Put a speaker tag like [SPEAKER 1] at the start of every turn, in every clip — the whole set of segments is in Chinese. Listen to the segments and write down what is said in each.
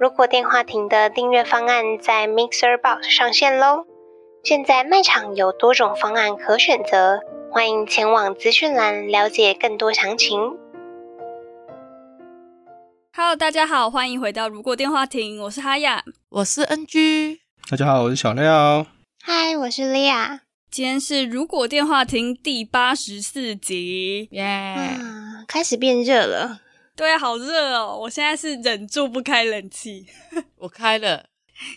[SPEAKER 1] 如果电话亭的订阅方案在 Mixer Box 上线喽。现在卖场有多种方案可选择，欢迎前往资讯栏了解更多详情。
[SPEAKER 2] Hello，大家好，欢迎回到《如果电话亭》，我是哈雅。
[SPEAKER 3] 我是 NG，
[SPEAKER 4] 大家好，我是小廖。
[SPEAKER 1] 嗨，我是莉亚。
[SPEAKER 2] 今天是《如果电话亭》第八十四集。
[SPEAKER 3] 耶、
[SPEAKER 1] 啊，开始变热了。
[SPEAKER 2] 对啊，好热哦！我现在是忍住不开冷气，
[SPEAKER 3] 我开了，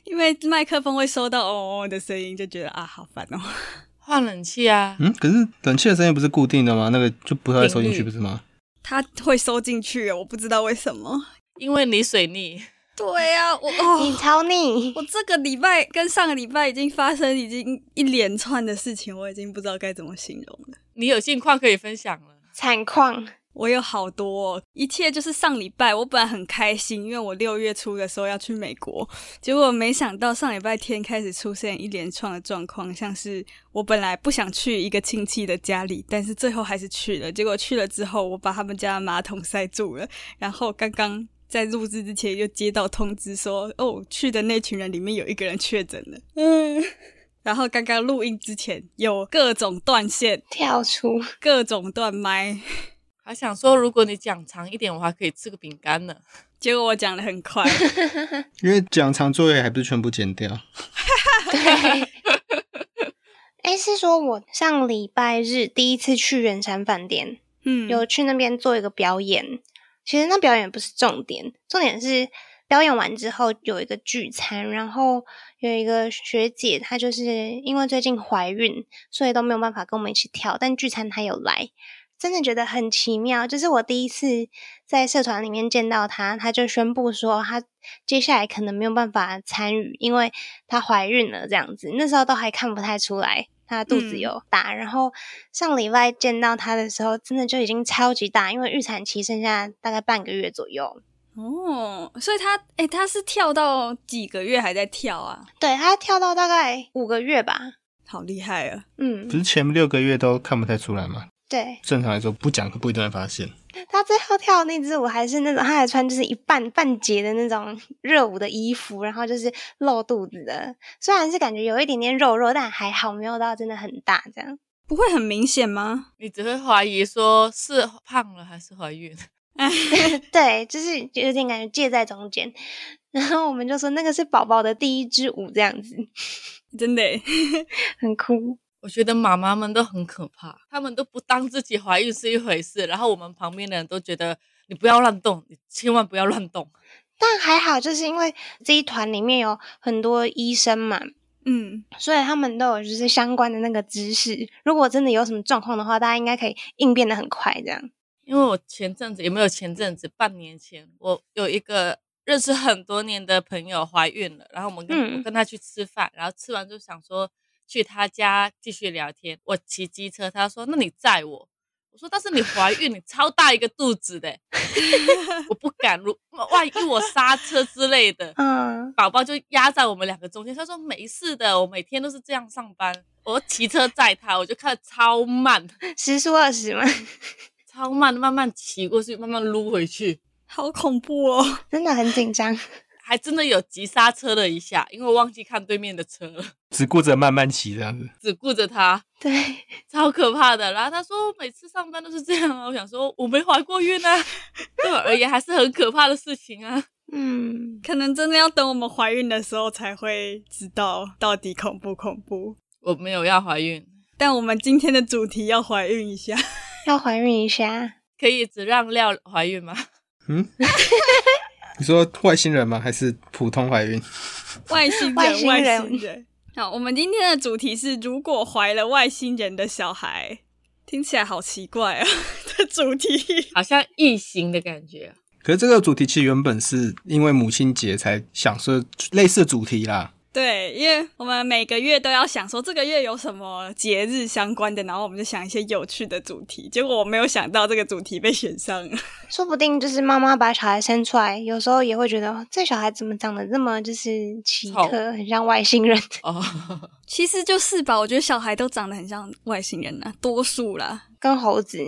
[SPEAKER 2] 因为麦克风会收到哦哦的声音，就觉得啊，好烦哦。
[SPEAKER 3] 换冷气啊。
[SPEAKER 4] 嗯，可是冷气的声音不是固定的吗？那个就不太收进去，
[SPEAKER 3] 频率
[SPEAKER 4] 不是吗？
[SPEAKER 2] 它会收进去，我不知道为什么。
[SPEAKER 3] 因为你水逆，
[SPEAKER 2] 对啊，我哦
[SPEAKER 1] 你，超腻，
[SPEAKER 2] 我这个礼拜跟上个礼拜已经发生已经一连串的事情，我已经不知道该怎么形容了。
[SPEAKER 3] 你有近况可以分享了。
[SPEAKER 1] 惨况。
[SPEAKER 2] 我有好多、哦，一切就是上礼拜，我本来很开心，因为我六月初的时候要去美国，结果没想到上礼拜天开始出现一连串的状况，像是我本来不想去一个亲戚的家里，但是最后还是去了，结果去了之后，我把他们家的马桶塞住了，然后刚刚在录制之前又接到通知说，哦，去的那群人里面有一个人确诊了，嗯。然后刚刚录音之前有各种断线，
[SPEAKER 1] 跳出，
[SPEAKER 2] 各种断麦，
[SPEAKER 3] 还想说，如果你讲长一点，我还可以吃个饼干呢。
[SPEAKER 2] 结果我讲的很快，
[SPEAKER 4] 因为讲长作业还不是全部剪掉，
[SPEAKER 1] 对。 哎，是说我上礼拜日第一次去圆山饭店，
[SPEAKER 2] 嗯，
[SPEAKER 1] 有去那边做一个表演。其实那表演不是重点，重点是表演完之后有一个聚餐，然后有一个学姐她就是因为最近怀孕，所以都没有办法跟我们一起跳，但聚餐她有来。真的觉得很奇妙，就是我第一次在社团里面见到她，她就宣布说她接下来可能没有办法参与，因为她怀孕了这样子。那时候都还看不太出来她肚子
[SPEAKER 2] 嗯
[SPEAKER 1] 有大，然后上礼拜见到她的时候，真的就已经超级大，因为预产期剩下大概半个月左右。
[SPEAKER 2] 哦，所以他哎、他是跳到几个月还在跳啊，
[SPEAKER 1] 对她跳到大概五个月吧，
[SPEAKER 2] 好厉害啊！
[SPEAKER 4] 不
[SPEAKER 1] 嗯，
[SPEAKER 4] 是前六个月都看不太出来吗？
[SPEAKER 1] 对
[SPEAKER 4] 正常来说，不讲不一定会发现。
[SPEAKER 1] 她最后跳的那支舞还是那种，她还穿就是一半半截的那种热舞的衣服，然后就是露肚子的，虽然是感觉有一点点肉肉，但还好没有到真的很大这样。
[SPEAKER 2] 不会很明显吗？
[SPEAKER 3] 你只会怀疑说是胖了还是怀孕。
[SPEAKER 1] 对，就是有点感觉介在中间。然后我们就说那个是宝宝的第一支舞，这样子
[SPEAKER 2] 真的欸耶，
[SPEAKER 1] 很酷。
[SPEAKER 3] 我觉得妈妈们都很可怕，她们都不当自己怀孕是一回事，然后我们旁边的人都觉得你不要乱动，你千万不要乱动。
[SPEAKER 1] 但还好，就是因为这一团里面有很多医生嘛，
[SPEAKER 2] 嗯，
[SPEAKER 1] 所以他们都有就是相关的那个知识。如果真的有什么状况的话，大家应该可以应变的很快。这样，
[SPEAKER 3] 因为我前阵子也没有前阵子，半年前我有一个认识很多年的朋友怀孕了，然后我们跟、
[SPEAKER 1] 嗯
[SPEAKER 3] 我跟她去吃饭，然后吃完就想说去她家继续聊天。我骑机车，她说：“那你载我。”我说：“但是你怀孕，你超大一个肚子的，我不敢。如万一我刹车之类的，
[SPEAKER 1] 嗯，
[SPEAKER 3] 宝宝就压在我们两个中间。”她说：“没事的，我每天都是这样上班。”我骑车载她，我就看得超慢，
[SPEAKER 1] 十输二十嘛，
[SPEAKER 3] 超慢，慢慢骑过去，慢慢撸回去。
[SPEAKER 2] 好恐怖哦！
[SPEAKER 1] 真的很紧张。
[SPEAKER 3] 还真的有急刹车了一下，因为我忘记看对面的车了，
[SPEAKER 4] 只顾着慢慢骑这样子，
[SPEAKER 3] 只顾着他，
[SPEAKER 1] 对，
[SPEAKER 3] 超可怕的。然后他说每次上班都是这样啊，我想说我没怀过孕啊， 对我而言还是很可怕的事情啊。
[SPEAKER 1] 嗯，
[SPEAKER 2] 可能真的要等我们怀孕的时候才会知道到底恐不恐怖。
[SPEAKER 3] 我没有要怀孕，
[SPEAKER 2] 但我们今天的主题要怀孕一 下，
[SPEAKER 1] 要怀孕一下。
[SPEAKER 3] 可以只让廖怀孕吗？
[SPEAKER 4] 嗯，你说外星人吗？还是普通怀孕？
[SPEAKER 2] 外星人，
[SPEAKER 1] 外星
[SPEAKER 2] 外
[SPEAKER 1] 人
[SPEAKER 2] 星人。好，我们今天的主题是如果怀了外星人的小孩，听起来好奇怪 啊、这主题。
[SPEAKER 3] 好像异形的感觉啊，
[SPEAKER 4] 可是这个主题其实原本是因为母亲节才想说类似的主题啦，
[SPEAKER 2] 对，因为我们每个月都要想说这个月有什么节日相关的，然后我们就想一些有趣的主题。结果我没有想到这个主题被选上了。
[SPEAKER 1] 说不定就是妈妈把小孩生出来，有时候也会觉得哦这小孩怎么长得这么就是奇
[SPEAKER 3] 丑
[SPEAKER 1] 特，很像外星人。
[SPEAKER 3] 哦，
[SPEAKER 2] 其实就是吧，我觉得小孩都长得很像外星人啊，多数啦。
[SPEAKER 1] 跟猴子，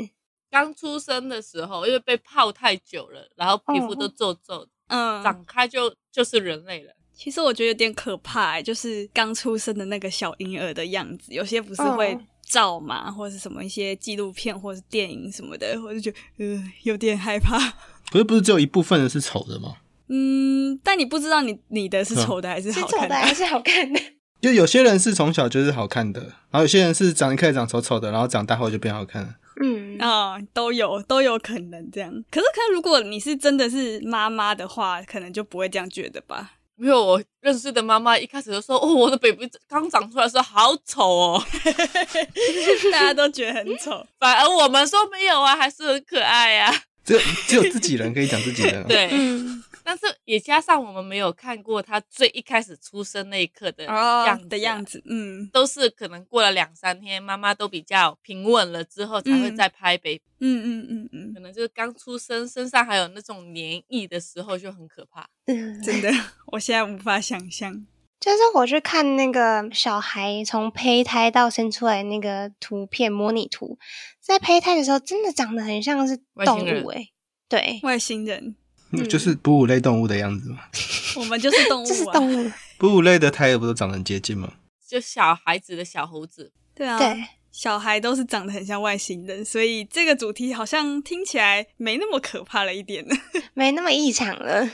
[SPEAKER 3] 刚出生的时候，因为被泡太久了，然后皮肤都皱皱的，
[SPEAKER 2] 嗯，
[SPEAKER 3] 长开就就是人类了。
[SPEAKER 2] 其实我觉得有点可怕、欸，就是刚出生的那个小婴儿的样子，有些不是会
[SPEAKER 1] 嗯
[SPEAKER 2] 照嘛，或者是什么一些纪录片或者是电影什么的，我就觉得呃有点害怕。
[SPEAKER 4] 不是不是只有一部分人是丑的吗？
[SPEAKER 2] 嗯，但你不知道你你的是
[SPEAKER 4] 嗯
[SPEAKER 2] 丑的还是
[SPEAKER 1] 是
[SPEAKER 2] 好
[SPEAKER 1] 丑
[SPEAKER 2] 看
[SPEAKER 1] 的
[SPEAKER 2] 的，
[SPEAKER 1] 还是好看的？
[SPEAKER 4] 就有些人是从小就是好看的，然后有些人是长一开始长丑丑的，然后长大后就变好看了。
[SPEAKER 1] 嗯，
[SPEAKER 2] 啊、都有都有可能这样。可是，可是如果你是真的是妈妈的话，可能就不会这样觉得吧？
[SPEAKER 3] 没有，我认识的妈妈一开始就说：“哦，我的 baby 刚长出来的时候好丑哦。
[SPEAKER 2] 大家都觉得很 丑。”
[SPEAKER 3] 反而我们说没有啊，还是很可爱呀、啊。
[SPEAKER 4] 只有只有自己人可以讲自己的，
[SPEAKER 3] 对，
[SPEAKER 1] 嗯，
[SPEAKER 3] 但是也加上我们没有看过她最一开始出生那一刻的
[SPEAKER 2] 哦
[SPEAKER 3] 样子、
[SPEAKER 2] 的样
[SPEAKER 3] 子，
[SPEAKER 2] 子，嗯
[SPEAKER 3] 都是可能过了两三天，妈妈都比较平稳了之后才会
[SPEAKER 2] 嗯
[SPEAKER 3] 再拍 baby，、
[SPEAKER 2] 嗯嗯嗯
[SPEAKER 3] 可能就是刚出生身上还有那种黏液的时候就很可怕。
[SPEAKER 2] 嗯，真的， 我现在无法想象。
[SPEAKER 1] 就是我去看那个小孩从胚胎到生出来那个图片模拟图，在胚胎的时候真的长得很像是
[SPEAKER 3] 外
[SPEAKER 1] 动
[SPEAKER 3] 星人
[SPEAKER 1] 物诶、对，
[SPEAKER 2] 外星人，
[SPEAKER 1] 嗯
[SPEAKER 4] 就是哺乳类动物的样子嘛。
[SPEAKER 2] 我们就是动物、啊，
[SPEAKER 1] 这是动物，
[SPEAKER 4] 哺乳类的胎儿不都长得很接近吗？
[SPEAKER 3] 就小孩子的小猴子，
[SPEAKER 2] 对啊，
[SPEAKER 1] 对，
[SPEAKER 2] 小孩都是长得很像外星人，所以这个主题好像听起来没那么可怕了一点。
[SPEAKER 1] 没那么异常了。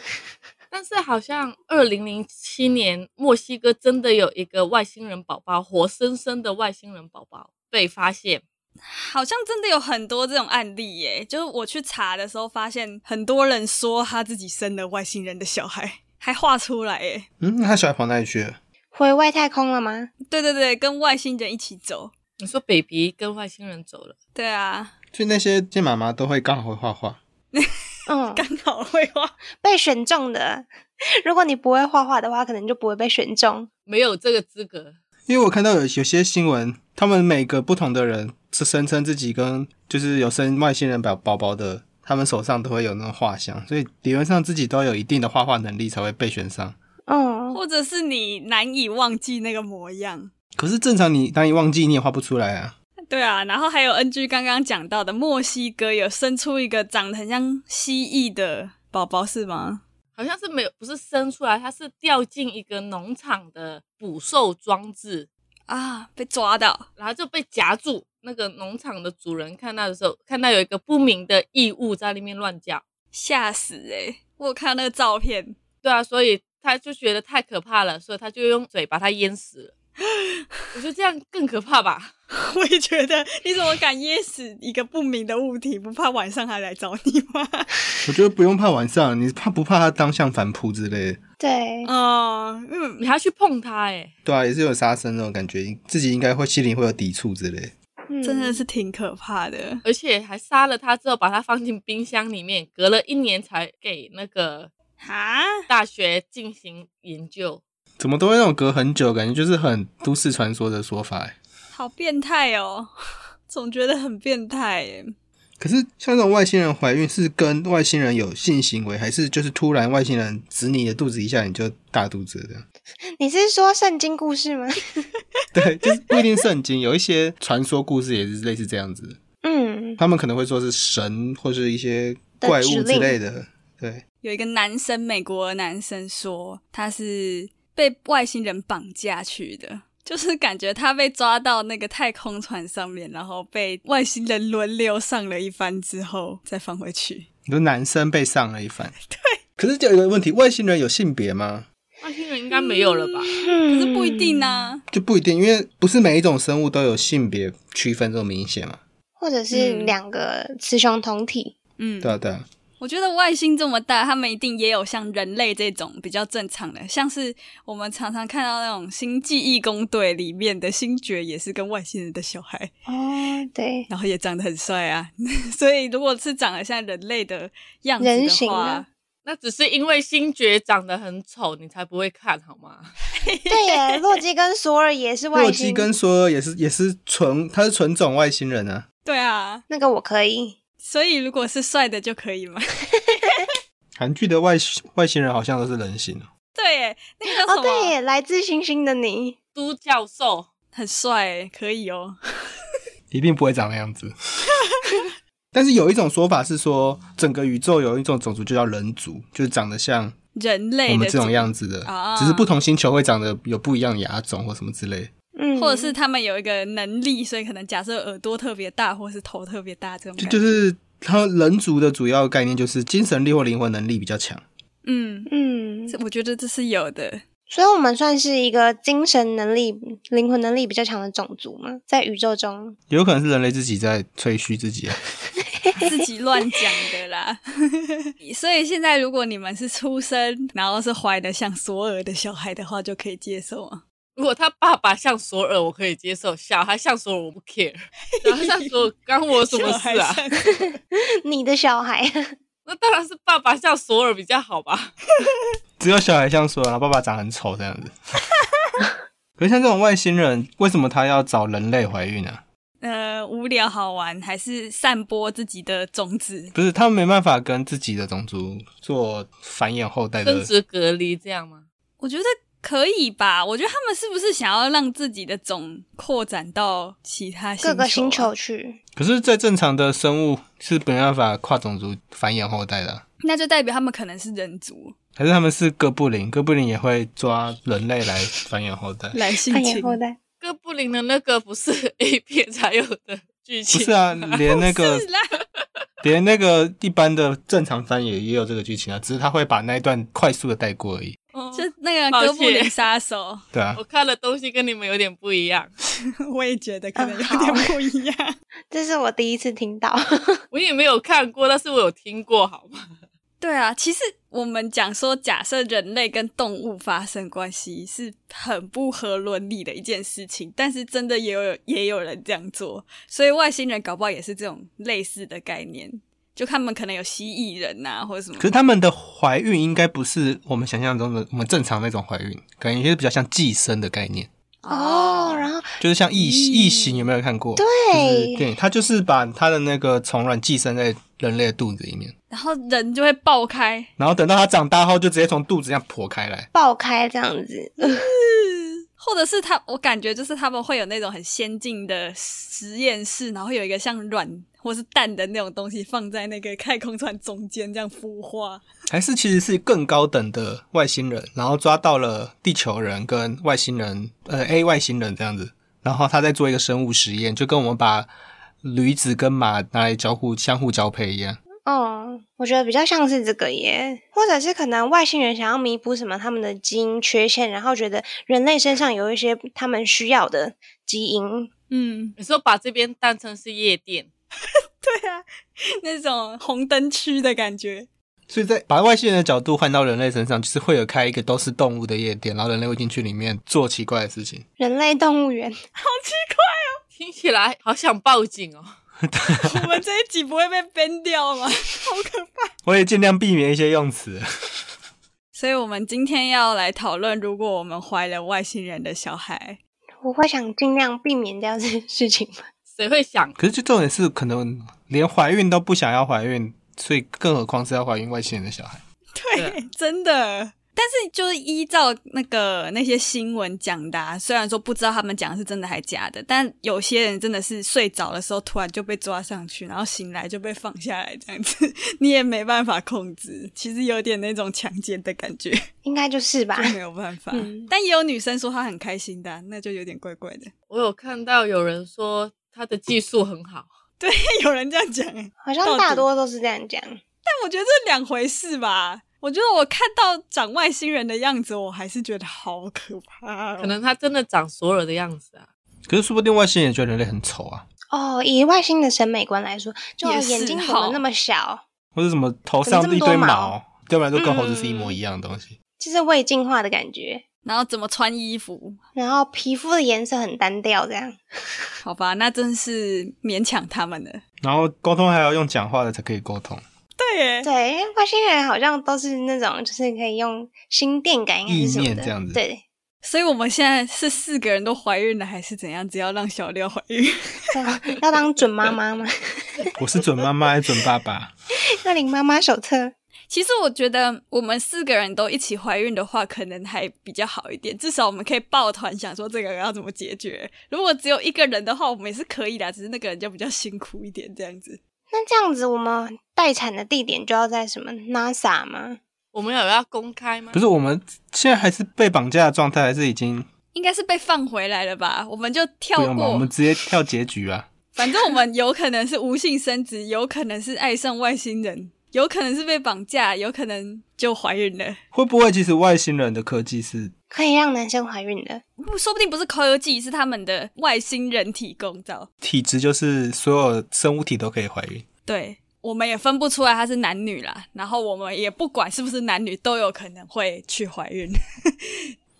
[SPEAKER 3] 但是好像二零零七年墨西哥真的有一个外星人宝宝，活生生的外星人宝宝被发现。
[SPEAKER 2] 好像真的有很多这种案例耶，就是我去查的时候发现，很多人说他自己生了外星人的小孩， 还画出来耶。
[SPEAKER 4] 嗯，那他小孩跑哪里去了？
[SPEAKER 1] 回外太空了吗？
[SPEAKER 2] 对对对，跟外星人一起走。
[SPEAKER 3] 你说 baby 跟外星人走了，
[SPEAKER 2] 对啊，
[SPEAKER 4] 所以那些见妈妈都会刚好会画画，
[SPEAKER 1] 嗯，
[SPEAKER 2] 刚好会画。
[SPEAKER 1] 被选中的。 如果你不会画画的话，可能就不会被选中。
[SPEAKER 3] 没有这个资格。
[SPEAKER 4] 因为我看到有有些新闻，他们每个不同的人是声称自己跟就是有生外星人宝宝宝的，他们手上都会有那种画像，所以理论上自己都有一定的画画能力才会被选上。
[SPEAKER 1] 嗯，
[SPEAKER 2] 或者是你难以忘记那个模样。
[SPEAKER 4] 可是正常你当你忘记你也画不出来啊。
[SPEAKER 2] 对啊，然后还有 NG 刚刚讲到的墨西哥有生出一个长得很像蜥蜴的宝宝是吗？
[SPEAKER 3] 好像是没有，不是生出来，它是掉进一个农场的捕兽装置，
[SPEAKER 2] 啊，被抓到，
[SPEAKER 3] 然后就被夹住。那个农场的主人看到的时候，看到有一个不明的异物在里面乱叫，
[SPEAKER 2] 吓死诶！我有看到那个照片，
[SPEAKER 3] 对啊，所以他就觉得太可怕了，所以他就用嘴把它淹死了。 我觉得这样更可怕吧？
[SPEAKER 2] 我也觉得，你怎么敢噎死一个不明的物体？不怕晚上还来找你吗？
[SPEAKER 4] 我觉得不用怕晚上，你怕不怕他当相反扑之类的？
[SPEAKER 1] 对，
[SPEAKER 2] 哦，嗯，
[SPEAKER 3] 你还要去碰它哎、
[SPEAKER 4] 对啊，也是有杀生那种感觉，自己应该会心里会有抵触之类的。
[SPEAKER 1] 嗯
[SPEAKER 2] 真的是挺可怕的。
[SPEAKER 3] 而且还杀了它之后，把它放进冰箱里面，隔了一年才给那个
[SPEAKER 2] 哈，
[SPEAKER 3] 大学进行研究。
[SPEAKER 4] 怎么都会那种隔很久，感觉就是很都市传说的说法欸。
[SPEAKER 2] 好变态哦， 总觉得很变态耶。
[SPEAKER 4] 可是像这种外星人怀孕是跟外星人有性行为，还是就是突然外星人指你的肚子一下你就大肚子了 这样？
[SPEAKER 1] 你是说圣经故事吗？
[SPEAKER 4] 对，就是不一定圣经，有一些传说故事也是类似这样子，
[SPEAKER 1] 嗯，
[SPEAKER 4] 他们可能会说是神或是一些怪物之类的。对，
[SPEAKER 2] 有一个男生，美国的男生说他是被外星人绑架去的，就是感觉他被抓到那个太空船上面，然后被外星人轮流上了一番之后再放回去。
[SPEAKER 4] 你说男生被上了一番， 对。可是就有一个问题，外星人有性别吗？
[SPEAKER 3] 外星人应该没有了吧？
[SPEAKER 1] 可
[SPEAKER 2] 可是不一定啊，
[SPEAKER 4] 就不一定，因为不是每一种生物都有性别区分这么明显嘛。
[SPEAKER 1] 或者是
[SPEAKER 2] 嗯
[SPEAKER 1] 两个雌雄同体。
[SPEAKER 2] 嗯，
[SPEAKER 4] 对啊，对啊，
[SPEAKER 2] 我觉得外星这么大，他们一定也有像人类这种比较正常的，像是我们常常看到那种《星际义工队》里面的星爵也是跟外星人的小孩，
[SPEAKER 1] 哦，对，
[SPEAKER 2] 然后 也长得很帅啊。所以如果是长得像人类的样子
[SPEAKER 1] 人
[SPEAKER 2] 的
[SPEAKER 1] 形
[SPEAKER 2] 话
[SPEAKER 1] 的，
[SPEAKER 3] 那只是因为星爵长得很丑，你才不会看好吗？
[SPEAKER 1] 对耶，洛基跟索尔也是外
[SPEAKER 4] 洛基
[SPEAKER 1] 星，
[SPEAKER 4] 跟索尔也是也是纯，他是纯种外星人啊。
[SPEAKER 2] 对啊，
[SPEAKER 1] 那个我可以，
[SPEAKER 2] 所以如果是帅的就可以嘛。
[SPEAKER 4] 韩剧的外星外星人好像都是人形啊，
[SPEAKER 2] 对耶，那个叫什
[SPEAKER 1] 哦，
[SPEAKER 2] 么？啊
[SPEAKER 1] 对耶，来自星星的你，
[SPEAKER 3] 都教授，
[SPEAKER 2] 很帅耶，可以哦。
[SPEAKER 4] 一定不会长那样子。 但是有一种说法是说，整个宇宙有一种种族就叫人族，就是长得像
[SPEAKER 2] 人
[SPEAKER 4] 我
[SPEAKER 2] 类的
[SPEAKER 4] 们这种
[SPEAKER 2] 族
[SPEAKER 4] 样子的
[SPEAKER 2] 啊，
[SPEAKER 4] 只是不同星球会长得有不一样的牙种或什么之类。
[SPEAKER 1] 嗯，
[SPEAKER 2] 或者是他们有一个能力，所以可能假设耳朵特别大，或是头特别大这种
[SPEAKER 4] 就
[SPEAKER 2] 感觉。
[SPEAKER 4] 就是他人族的主要概念就是精神力或灵魂能力比较强。
[SPEAKER 2] 嗯，
[SPEAKER 1] 嗯，
[SPEAKER 2] 这我觉得这是有的。
[SPEAKER 1] 所以我们算是一个精神能力、灵魂能力比较强的种族嘛，在宇宙中，
[SPEAKER 4] 有可能是人类自己在吹嘘自己啊，
[SPEAKER 2] 自己乱讲的啦。 所以现在如果你们是出生，然后是怀的像索尔的小孩的话，就可以接受啊。
[SPEAKER 3] 如果他爸爸像索尔，我可以接受；小孩像索尔，我不 care。然后像索尔，关我什么事
[SPEAKER 2] 小？
[SPEAKER 3] 啊
[SPEAKER 2] 孩像
[SPEAKER 1] 你的小孩
[SPEAKER 3] 那当然是爸爸像索尔比较好吧？
[SPEAKER 4] 只有小孩像说，然后爸爸长很丑这样子。 可是像这种外星人，为什么他要找人类怀孕呢、啊？
[SPEAKER 2] 呃，无聊好玩，还是散播自己的种子？
[SPEAKER 4] 不是他们没办法跟自己的种族做繁衍后代
[SPEAKER 3] 生
[SPEAKER 4] 的，
[SPEAKER 3] 殖隔离这样吗？
[SPEAKER 2] 我觉得可以吧。我觉得他们是不是想要让自己的种扩展到其他星球、啊
[SPEAKER 1] 各个星球？去，
[SPEAKER 4] 可是，在正常的生物是没办法跨种族繁衍后代的啊、
[SPEAKER 2] 那就代表他们可能是人族
[SPEAKER 4] 还是他们是哥布林？哥布林也会抓人类来繁衍后
[SPEAKER 3] 哎
[SPEAKER 4] 代？
[SPEAKER 2] 来性
[SPEAKER 1] 繁
[SPEAKER 2] 侵
[SPEAKER 1] 衍。后代。
[SPEAKER 3] 哥布林的那个不是 A 片才有的剧
[SPEAKER 4] 不
[SPEAKER 3] 情，
[SPEAKER 4] 是啊，连那个
[SPEAKER 2] 是啦，
[SPEAKER 4] 连那个一般的正常番也也有这个剧情啊，只是他会把那一段快速的带过而已。
[SPEAKER 3] 哦
[SPEAKER 2] 就那个
[SPEAKER 3] 抱
[SPEAKER 2] 哥
[SPEAKER 3] 歉
[SPEAKER 2] 布林杀手，
[SPEAKER 4] 对啊
[SPEAKER 3] 我，看的东西跟你们有点不一样，
[SPEAKER 2] 我也觉得可能有
[SPEAKER 1] 嗯
[SPEAKER 2] 点不一样。
[SPEAKER 1] 这是我第一次听到，
[SPEAKER 3] 我也没有看过，但是我有听过，好吗？
[SPEAKER 2] 对啊，其实我们讲说，假设人类跟动物发生关系是很不合伦理的一件事情，但是真的也有也有人这样做，所以外星人搞不好也是这种类似的概念，就他们可能有蜥蜴人呐、或者什么
[SPEAKER 4] 可。是他们的怀孕应该不是我们想象中的我们正常那种怀孕，感觉就是比较像寄生的概念，
[SPEAKER 1] 哦，然后
[SPEAKER 4] 就是像
[SPEAKER 2] 嗯
[SPEAKER 4] 异异形，有没有看过？对，就是
[SPEAKER 1] 对，
[SPEAKER 4] 对，他就是把他的那个虫卵寄生在人类的肚子里面，
[SPEAKER 2] 然后人就会爆开，
[SPEAKER 4] 然后等到他长大后，就直接从肚子这样剖开来。
[SPEAKER 1] 爆开这样子，
[SPEAKER 2] 或者是他，我感觉就是他们会有那种很先进的实验室，然后有一个像卵或是蛋的那种东西放在那个太空船中间这样孵化。
[SPEAKER 4] 还是其实是更高等的外星人，然后抓到了地球人跟外星人，呃，A 外星人这样子，然后他在做一个生物实验，就跟我们把驴子跟马拿来交互相互交配一样。
[SPEAKER 1] 哦，我觉得比较像是这个耶，或者是可能外星人想要弥补什么他们的基因缺陷，然后觉得人类身上有一些他们需要的基因，
[SPEAKER 2] 嗯，
[SPEAKER 3] 你说把这边当成是夜店，
[SPEAKER 2] 对啊， 那种红灯区的感觉。
[SPEAKER 4] 所以在把外星人的角度换到人类身上，就是会有开一个都是动物的夜店，然后人类会进去里面做奇怪的事情。
[SPEAKER 1] 人类动物园。
[SPEAKER 3] 听起来好想报警哦。
[SPEAKER 2] 我们这一集不会被编掉吗？好可怕！
[SPEAKER 4] 我也尽量避免一些用词。
[SPEAKER 2] 所以我们今天要来讨论，如果我们怀了外星人的小孩，
[SPEAKER 1] 我会想尽量避免掉这件事情吧。
[SPEAKER 3] 谁会想？
[SPEAKER 4] 可是就重点是，可能连怀孕都不想要怀孕，所以更何况是要怀孕外星人的小孩。
[SPEAKER 2] 对，真的。但是就是依照那个那些新闻讲的、啊，虽然说不知道他们讲的是真的还假的，但有些人真的是睡着的时候突然就被抓上去，然后醒来就被放下来，这样子 你也没办法控制，其实有点那种强奸的感觉，
[SPEAKER 1] 应该就是吧
[SPEAKER 2] 就。没有办法。
[SPEAKER 1] 嗯
[SPEAKER 2] 但也有女生说她很开心的啊、那就有点怪怪的。
[SPEAKER 3] 我有看到有人说他的技术很好，
[SPEAKER 2] 有人这样讲、欸，
[SPEAKER 1] 好像大多都是这样讲。
[SPEAKER 2] 但我觉得这两回事吧。我觉得我看到长外星人的样子，我还是觉得好可怕、哦。
[SPEAKER 3] 可能他真的长索尔的样子啊。
[SPEAKER 4] 可是说不定外星人也觉得人类很丑啊，
[SPEAKER 1] 哦，以外星的审美观来说，就
[SPEAKER 2] 也是
[SPEAKER 1] 眼睛怎么那么小？
[SPEAKER 4] 或者什么头上一
[SPEAKER 1] 怎么哦这
[SPEAKER 4] 堆
[SPEAKER 1] 么多
[SPEAKER 4] 毛
[SPEAKER 1] 毛，
[SPEAKER 4] 要不然就跟猴子是一模一样的东西。
[SPEAKER 1] 就是未进化的感觉。
[SPEAKER 2] 然后怎么穿衣服？
[SPEAKER 1] 然后皮肤的颜色很单调，这样
[SPEAKER 2] 好吧，那真是勉强他们了。
[SPEAKER 4] 然后沟通还要用讲话的才可以沟通。
[SPEAKER 2] 对耶！
[SPEAKER 1] 对，因为外星人好像都是那种，就是可以用心电感应还是什
[SPEAKER 4] 意
[SPEAKER 1] 么
[SPEAKER 4] 念
[SPEAKER 1] 的，
[SPEAKER 4] 这样子
[SPEAKER 1] 对，
[SPEAKER 2] 所以我们现在是四个人都怀孕了，还是怎样？只要让小廖怀孕，
[SPEAKER 1] 这样要当准妈妈吗？
[SPEAKER 4] 我是准妈妈还是准爸爸？
[SPEAKER 1] 要领妈妈手册，
[SPEAKER 2] 其实我觉得我们四个人都一起怀孕的话，可能还比较好一点，至少我们可以抱团想说这个要怎么解决。如果只有一个人的话，我们也是可以的，只是那个人就比较辛苦一点这样子。
[SPEAKER 1] 那这样子我们待产的地点就要在什么 NASA 吗？
[SPEAKER 3] 我们有要公开吗？
[SPEAKER 4] 不是，我们现在还是被绑架的状态，还是已经
[SPEAKER 2] 应该是被放回来了吧？我们就
[SPEAKER 4] 不
[SPEAKER 2] 跳
[SPEAKER 4] 用吧？我
[SPEAKER 2] 过
[SPEAKER 4] 们，直接跳结局啊！
[SPEAKER 2] 反正我们有可能是无性生殖，有可能是爱上外星人，有可能是被绑架，有可能就怀孕了。
[SPEAKER 4] 会不会其实外星人的科技是
[SPEAKER 1] 可以让男生怀孕的，
[SPEAKER 2] 不，说不定不是科技，是他们的外星人体构造。
[SPEAKER 4] 体质就是所有生物体都可以怀孕？
[SPEAKER 2] 对，我们也分不出来他是男女啦，然后我们也不管是不是男女，都有可能会去怀孕。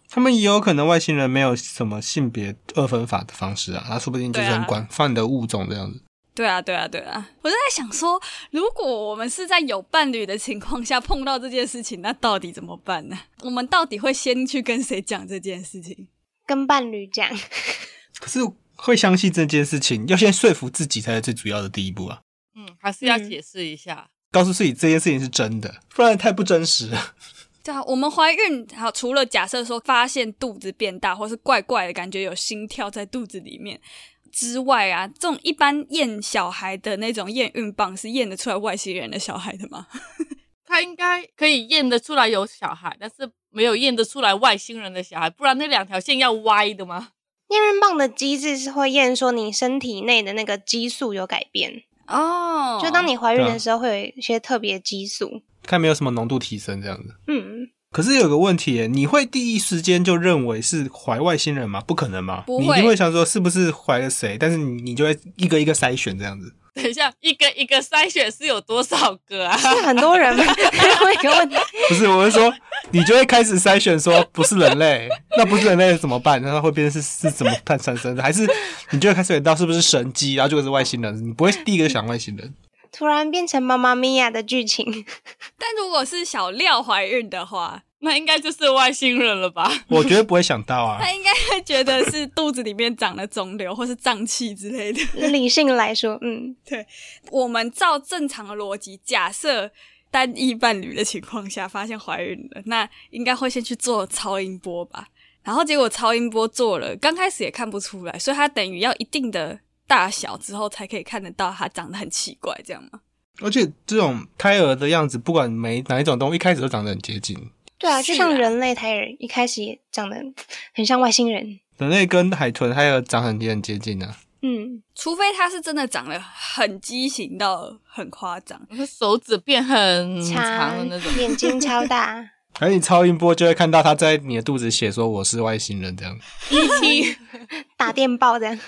[SPEAKER 4] 他们也有可能外星人没有什么性别二分法的方式啊，他说不定就是
[SPEAKER 2] 对啊
[SPEAKER 4] 很广泛的物种这样子。
[SPEAKER 2] 对啊，对啊，对啊！我就在想说，如果我们是在有伴侣的情况下碰到这件事情，那到底怎么办呢？我们到底会先去跟谁讲这件事情？
[SPEAKER 1] 跟伴侣讲，
[SPEAKER 4] 可是会相信这件事情，要先说服自己才是最主要的第一步啊！
[SPEAKER 3] 嗯，还是要
[SPEAKER 1] 嗯
[SPEAKER 3] 解释一下。
[SPEAKER 4] 告诉自己这件事情是真的，不然太不真实 了。
[SPEAKER 2] 对啊，我们怀孕好，除了假设说发现肚子变大，或是怪怪的感觉有心跳在肚子里面之外啊，这种一般验小孩的那种验孕棒是验得出来外星人的小孩的吗？
[SPEAKER 3] 他应该可以验得出来有小孩，但是没有验得出来外星人的小孩，不然那两条线要歪的吗？
[SPEAKER 1] 验孕棒的机制是会验说你身体内的那个激素有改变，
[SPEAKER 2] 哦
[SPEAKER 1] 就当
[SPEAKER 2] 你
[SPEAKER 1] 你怀孕
[SPEAKER 4] 对啊
[SPEAKER 1] 的时候会有一些特别激素。
[SPEAKER 4] 看没有什么浓度提升这样子。
[SPEAKER 1] 嗯，
[SPEAKER 4] 可是有个问题耶，你会第一时间就认为是怀外星人吗？不可能嘛，
[SPEAKER 2] 不会
[SPEAKER 4] 你一定会想说是不是怀了谁，但是你你就会一个一个筛选这样子。
[SPEAKER 3] 等一下，一个一个筛选是有多少个啊？
[SPEAKER 1] 是很多人吗？ 我有一个问题，
[SPEAKER 4] 不是，我是说，你就会开始筛选说不是人类，那不是人类怎么办？那它会变成是是怎么判产生的？还是你就会开始想到是不是神机，然后就是外星人？你不会第一个想外星人，
[SPEAKER 1] 突然变成妈妈咪呀的剧情，
[SPEAKER 2] 但如果是小廖怀孕的话，
[SPEAKER 3] 那应该就是外星人了吧？
[SPEAKER 4] 我绝对不会想到 啊。
[SPEAKER 2] 他应该会觉得是肚子里面长了肿瘤或是胀气之类的。
[SPEAKER 1] 理性来说，嗯，
[SPEAKER 2] 我们照正常的逻辑，假设单一伴侣的情况下发现怀孕了，那应该会先去做超音波吧。然后结果超音波做了，刚开始也看不出来，所以它等于要一定的大小之后才可以看得到它长得很奇怪，这样吗？
[SPEAKER 4] 而且这种胎儿的样子，不管每哪一种动物，一开始都长得很接近。
[SPEAKER 1] 对啊，
[SPEAKER 2] 是
[SPEAKER 1] 就
[SPEAKER 2] 啊
[SPEAKER 1] 像人类胎儿一开始也长得很像外星人，
[SPEAKER 4] 人类跟海豚还有长很也很接近啊，
[SPEAKER 1] 嗯，
[SPEAKER 2] 除非它是真的长得很畸形到很夸张，
[SPEAKER 3] 手指变很长的
[SPEAKER 1] 长
[SPEAKER 3] 嗯那种，
[SPEAKER 1] 眼睛超大，
[SPEAKER 4] 而你超音波就会看到它在你的肚子写说我是外星人这样。
[SPEAKER 3] 一七
[SPEAKER 1] 打电报这样。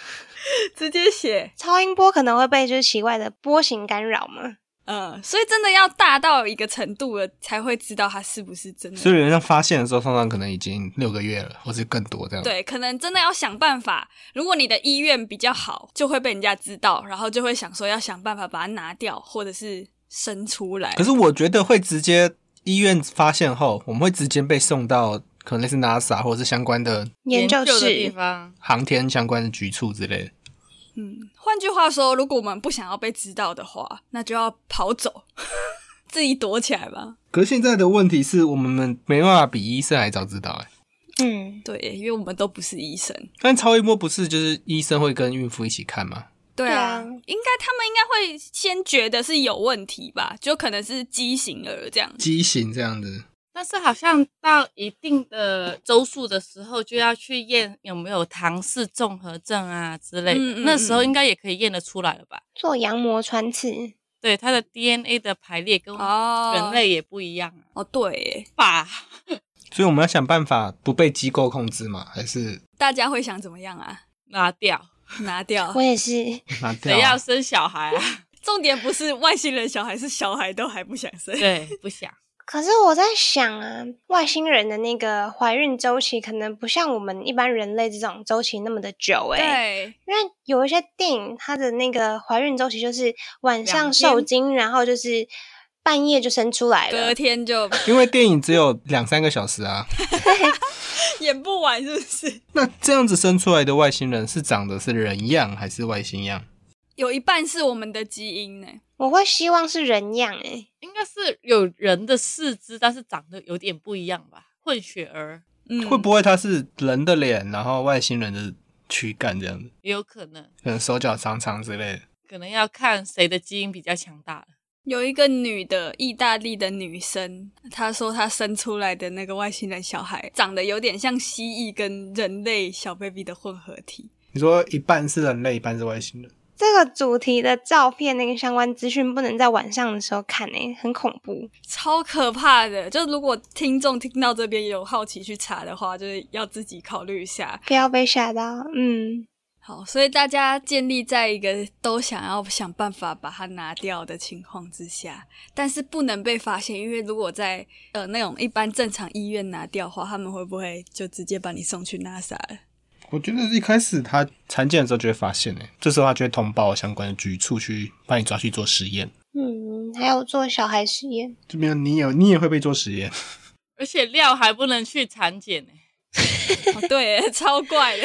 [SPEAKER 2] 直接写，
[SPEAKER 1] 超音波可能会被就是奇怪的波形干扰嘛，
[SPEAKER 2] 嗯，所以真的要大到一个程度了，才会知道它是不是真的。
[SPEAKER 4] 所以人家发现的时候，通常可能已经六个月了，或是更多这样。，
[SPEAKER 2] 对，可能真的要想办法。如果你的医院比较好，就会被人家知道，然后就会想说要想办法把它拿掉，或者是生出来
[SPEAKER 4] 可。是我觉得会直接医院发现后，我们会直接被送到可能类似 NASA 或是相关的
[SPEAKER 1] 研究
[SPEAKER 3] 的地
[SPEAKER 1] 室
[SPEAKER 3] 方，
[SPEAKER 4] 航天相关的局处之类的。
[SPEAKER 2] 嗯，换句话说，如果我们不想要被知道的话，那就要跑走， 自己躲起来吧。
[SPEAKER 4] 可是现在的问题是我们没办法比医生还早知道哎、
[SPEAKER 1] 嗯，
[SPEAKER 2] 对，因为我们都不是医生。
[SPEAKER 4] 但超音波不是就是医生会跟孕妇一起看吗？
[SPEAKER 2] 对啊，
[SPEAKER 1] 对啊
[SPEAKER 2] 应该他们应该会先觉得是有问题吧，就可能是畸形儿这样。
[SPEAKER 4] 畸形这样子，
[SPEAKER 3] 但是好像到一定的周数的时候，就要去验有没有唐氏综合症啊之类的。
[SPEAKER 2] 嗯嗯
[SPEAKER 3] 那时候
[SPEAKER 2] 嗯
[SPEAKER 3] 应该也可以验得出来了吧？
[SPEAKER 1] 做羊膜穿刺，
[SPEAKER 3] 对，它的 DNA 的排列跟
[SPEAKER 2] 哦，
[SPEAKER 3] 人类也不一样啊。
[SPEAKER 2] 哦，对耶，
[SPEAKER 3] 吧，
[SPEAKER 4] 所以我们要想办法不被机构控制嘛，还是
[SPEAKER 2] 大家会想怎么样啊？
[SPEAKER 3] 拿掉，
[SPEAKER 2] 拿掉
[SPEAKER 1] 我。也是，
[SPEAKER 4] 拿掉
[SPEAKER 3] 谁要
[SPEAKER 4] 啊？
[SPEAKER 3] 生小孩啊？
[SPEAKER 2] 重点不是外星人小孩，是小孩都还不想生。
[SPEAKER 3] 对，不想。
[SPEAKER 1] 可是我在想啊，外星人的那个怀孕周期可能不像我们一般人类这种周期那么的久欸诶、因
[SPEAKER 2] 对，
[SPEAKER 1] 为有一些电影它的那个怀孕周期就是晚
[SPEAKER 3] 两
[SPEAKER 1] 上
[SPEAKER 3] 天
[SPEAKER 1] 受精，然后就是半夜就生出来
[SPEAKER 2] 隔
[SPEAKER 1] 了。
[SPEAKER 2] 天就
[SPEAKER 4] 因为电影只有两三个小时啊。
[SPEAKER 2] 演不完，是不是？
[SPEAKER 4] 那这样子生出来的外星人是长得是人样还是外星样？
[SPEAKER 2] 有一半是我们的基因呢、
[SPEAKER 1] 我会希望是人样欸诶、
[SPEAKER 3] 应该是有人的四肢，但是长得有点不一样吧，混血儿
[SPEAKER 2] 嗯，
[SPEAKER 4] 会不会他是人的脸，然后外星人的躯干这样子？
[SPEAKER 3] 也有可能，
[SPEAKER 4] 可能手脚长长之类的。
[SPEAKER 3] 可能要看谁的基因比较强大了。
[SPEAKER 2] 有一个女的，意大利的女生，她说她生出来的那个外星人小孩长得有点像蜥蜴跟人类小 baby 的混合体。
[SPEAKER 4] 你说一半是人类，一半是外星人，
[SPEAKER 1] 这个主题的照片那个相关资讯不能在晚上的时候看诶、很恐怖。
[SPEAKER 2] 超可怕的！就如果听众听到这边有好奇去查的话，就是要自己考虑一下。
[SPEAKER 1] 不要被吓到，嗯，
[SPEAKER 2] 好，所以大家建立在一个都想要想办法把它拿掉的情况之下，但是不能被发现，因为如果在呃那种一般正常医院拿掉的话，他们会不会就直接把你送去 NASA 了？
[SPEAKER 4] 我觉得一开始他产检的时候就会发现、欸，这时候他就会通报相关的局处去把你抓去做实验。
[SPEAKER 1] 嗯，还有做小孩实验，
[SPEAKER 4] 这边你有你也会被做实验，
[SPEAKER 3] 而且料还不能去产检呢、
[SPEAKER 2] 哦，对 耶，超怪的。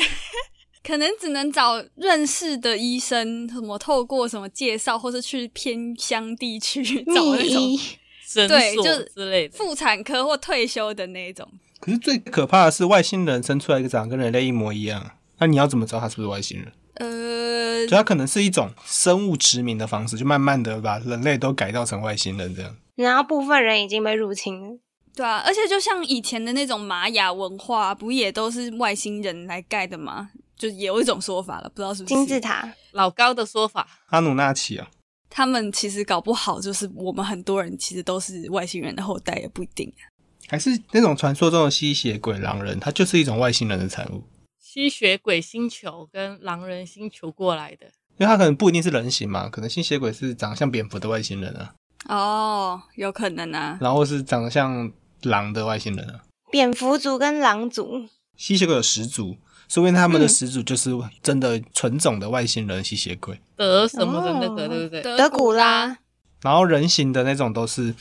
[SPEAKER 2] 可能只能找认识的医生，什么透过什么介绍，或是去偏乡地区 找那
[SPEAKER 1] 秘
[SPEAKER 2] 种
[SPEAKER 1] 医，
[SPEAKER 3] 诊
[SPEAKER 2] 对
[SPEAKER 3] 所
[SPEAKER 2] 就
[SPEAKER 3] 之类的。
[SPEAKER 2] 妇产科或退休的那一种。
[SPEAKER 4] 可是最可怕的是外星人生出来一个长得跟人类一模一样，那你要怎么知道他是不是外星人？
[SPEAKER 2] 呃
[SPEAKER 4] 就，它可能是一种生物殖民的方式，就慢慢的把人类都改造成外星人这样。
[SPEAKER 1] 然后部分人已经被入侵了，
[SPEAKER 2] 对啊，而且就像以前的那种玛雅文化，不也都是外星人来盖的吗？就有一种说法了，不知道是不是
[SPEAKER 1] 金字塔，
[SPEAKER 3] 老高的说法，
[SPEAKER 4] 阿努纳奇啊，
[SPEAKER 2] 他们其实搞不好就是我们很多人其实都是外星人的后代，也不一定。
[SPEAKER 4] 还是那种传说中的吸血鬼狼人，它就是一种外星人的产物，
[SPEAKER 3] 吸血鬼星球跟狼人星球过来的，
[SPEAKER 4] 因为它可能不一定是人形嘛，可能吸血鬼是长得像蝙蝠的外星人啊，
[SPEAKER 2] 哦，有可能啊。
[SPEAKER 4] 然后是长得像狼的外星人啊。
[SPEAKER 1] 蝙蝠族跟狼族，
[SPEAKER 4] 吸血鬼有始祖，说不定他们
[SPEAKER 1] 嗯
[SPEAKER 4] 的始祖就是真的纯种的外星人吸血鬼，
[SPEAKER 3] 得什么的那个，
[SPEAKER 1] 哦
[SPEAKER 3] 对不对？
[SPEAKER 1] 德古拉，
[SPEAKER 4] 然后人形的那种都是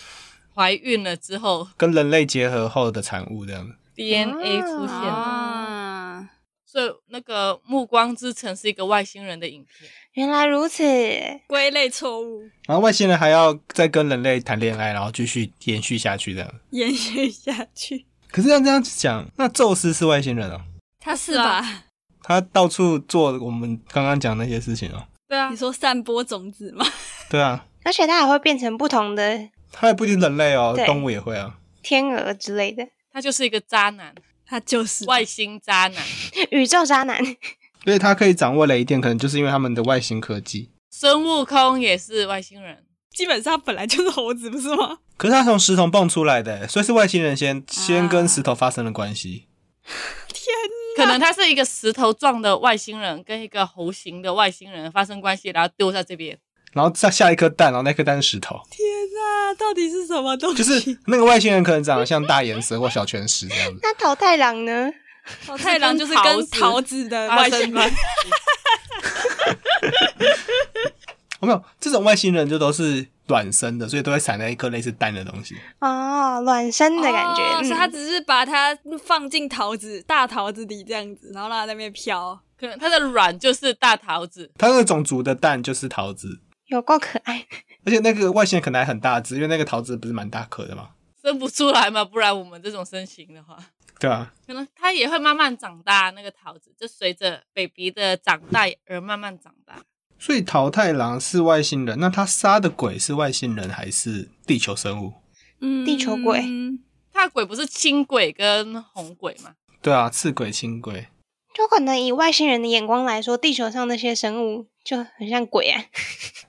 [SPEAKER 3] 怀孕了之后
[SPEAKER 4] 跟人类结合后的产物这样的。
[SPEAKER 3] DNA 出
[SPEAKER 1] 古
[SPEAKER 3] 现的，
[SPEAKER 1] 拉
[SPEAKER 2] 啊，
[SPEAKER 3] 所以那个《暮光之城》是一个外星人的影片，
[SPEAKER 1] 原来如此，
[SPEAKER 2] 归类错误，
[SPEAKER 4] 然后外星人还要再跟人类谈恋爱，然后继续延续下去这样。
[SPEAKER 2] 延续下去。
[SPEAKER 4] 可是要这样子讲，那宙斯是外星人哦，
[SPEAKER 2] 他是
[SPEAKER 3] 是啊
[SPEAKER 2] 吧？
[SPEAKER 4] 他到处做我们刚刚讲那些事情哦。
[SPEAKER 3] 对啊
[SPEAKER 2] 你，说散播种子吗？
[SPEAKER 4] 对啊，
[SPEAKER 1] 而且它还会变成不同的
[SPEAKER 4] 他也不一定人类哦，
[SPEAKER 1] 对
[SPEAKER 4] 动物也会啊。
[SPEAKER 1] 天鹅之类的
[SPEAKER 3] 他就是一个渣男，
[SPEAKER 2] 他就是
[SPEAKER 3] 外星渣男，
[SPEAKER 1] 宇宙渣男，
[SPEAKER 4] 所以他可以掌握雷电，可能就是因为他们的外星科技。
[SPEAKER 3] 孙悟空也是外星人，
[SPEAKER 2] 基本上本来就是猴子，不是吗？
[SPEAKER 4] 可是他从石头蹦出来的，所以是外星人先先跟
[SPEAKER 2] 啊
[SPEAKER 4] 石头发生了关系。
[SPEAKER 3] 可能他是一个石头状的外星人跟一个猴形的外星人发生关系，然后丢在这边。
[SPEAKER 4] 然后再下一颗蛋，然后那颗蛋是石头，
[SPEAKER 2] 天哪、到底是什么东西？
[SPEAKER 4] 就是那个外星人可能长得像大岩石或小泉石这样子。
[SPEAKER 1] 那桃太郎呢？哦
[SPEAKER 2] 桃太郎就是跟桃子的
[SPEAKER 3] 发
[SPEAKER 1] 啊
[SPEAKER 2] 外星
[SPEAKER 3] 生
[SPEAKER 2] 人
[SPEAKER 3] 关系，
[SPEAKER 4] 哦有没有这种外星人就都是卵生的，所以都会产生一颗类似蛋的东西。
[SPEAKER 1] 哦，卵生的感觉，
[SPEAKER 2] 哦
[SPEAKER 1] 嗯
[SPEAKER 2] 所以他只是把它放进桃子大桃子里这样子，然后让它在那边飘。
[SPEAKER 3] 可能他的卵就是大桃子，
[SPEAKER 4] 他那个种族的蛋就是桃子，
[SPEAKER 1] 有够可爱，
[SPEAKER 4] 而且那个外星人可能还很大只，因为那个桃子不是蛮大颗的嘛。
[SPEAKER 3] 生不出来嘛，不然我们这种身形的话，
[SPEAKER 4] 对啊，
[SPEAKER 3] 可能它也会慢慢长大。那个桃子就随着 baby 的长大而慢慢长大。
[SPEAKER 4] 所以桃太郎是外星人，那他杀的鬼是外星人还是地球生物？
[SPEAKER 2] 嗯
[SPEAKER 1] 地球鬼
[SPEAKER 3] 它的鬼不是青鬼跟红鬼吗？
[SPEAKER 4] 对啊，赤鬼、青鬼。
[SPEAKER 1] 就可能以外星人的眼光来说，地球上那些生物就很像鬼啊，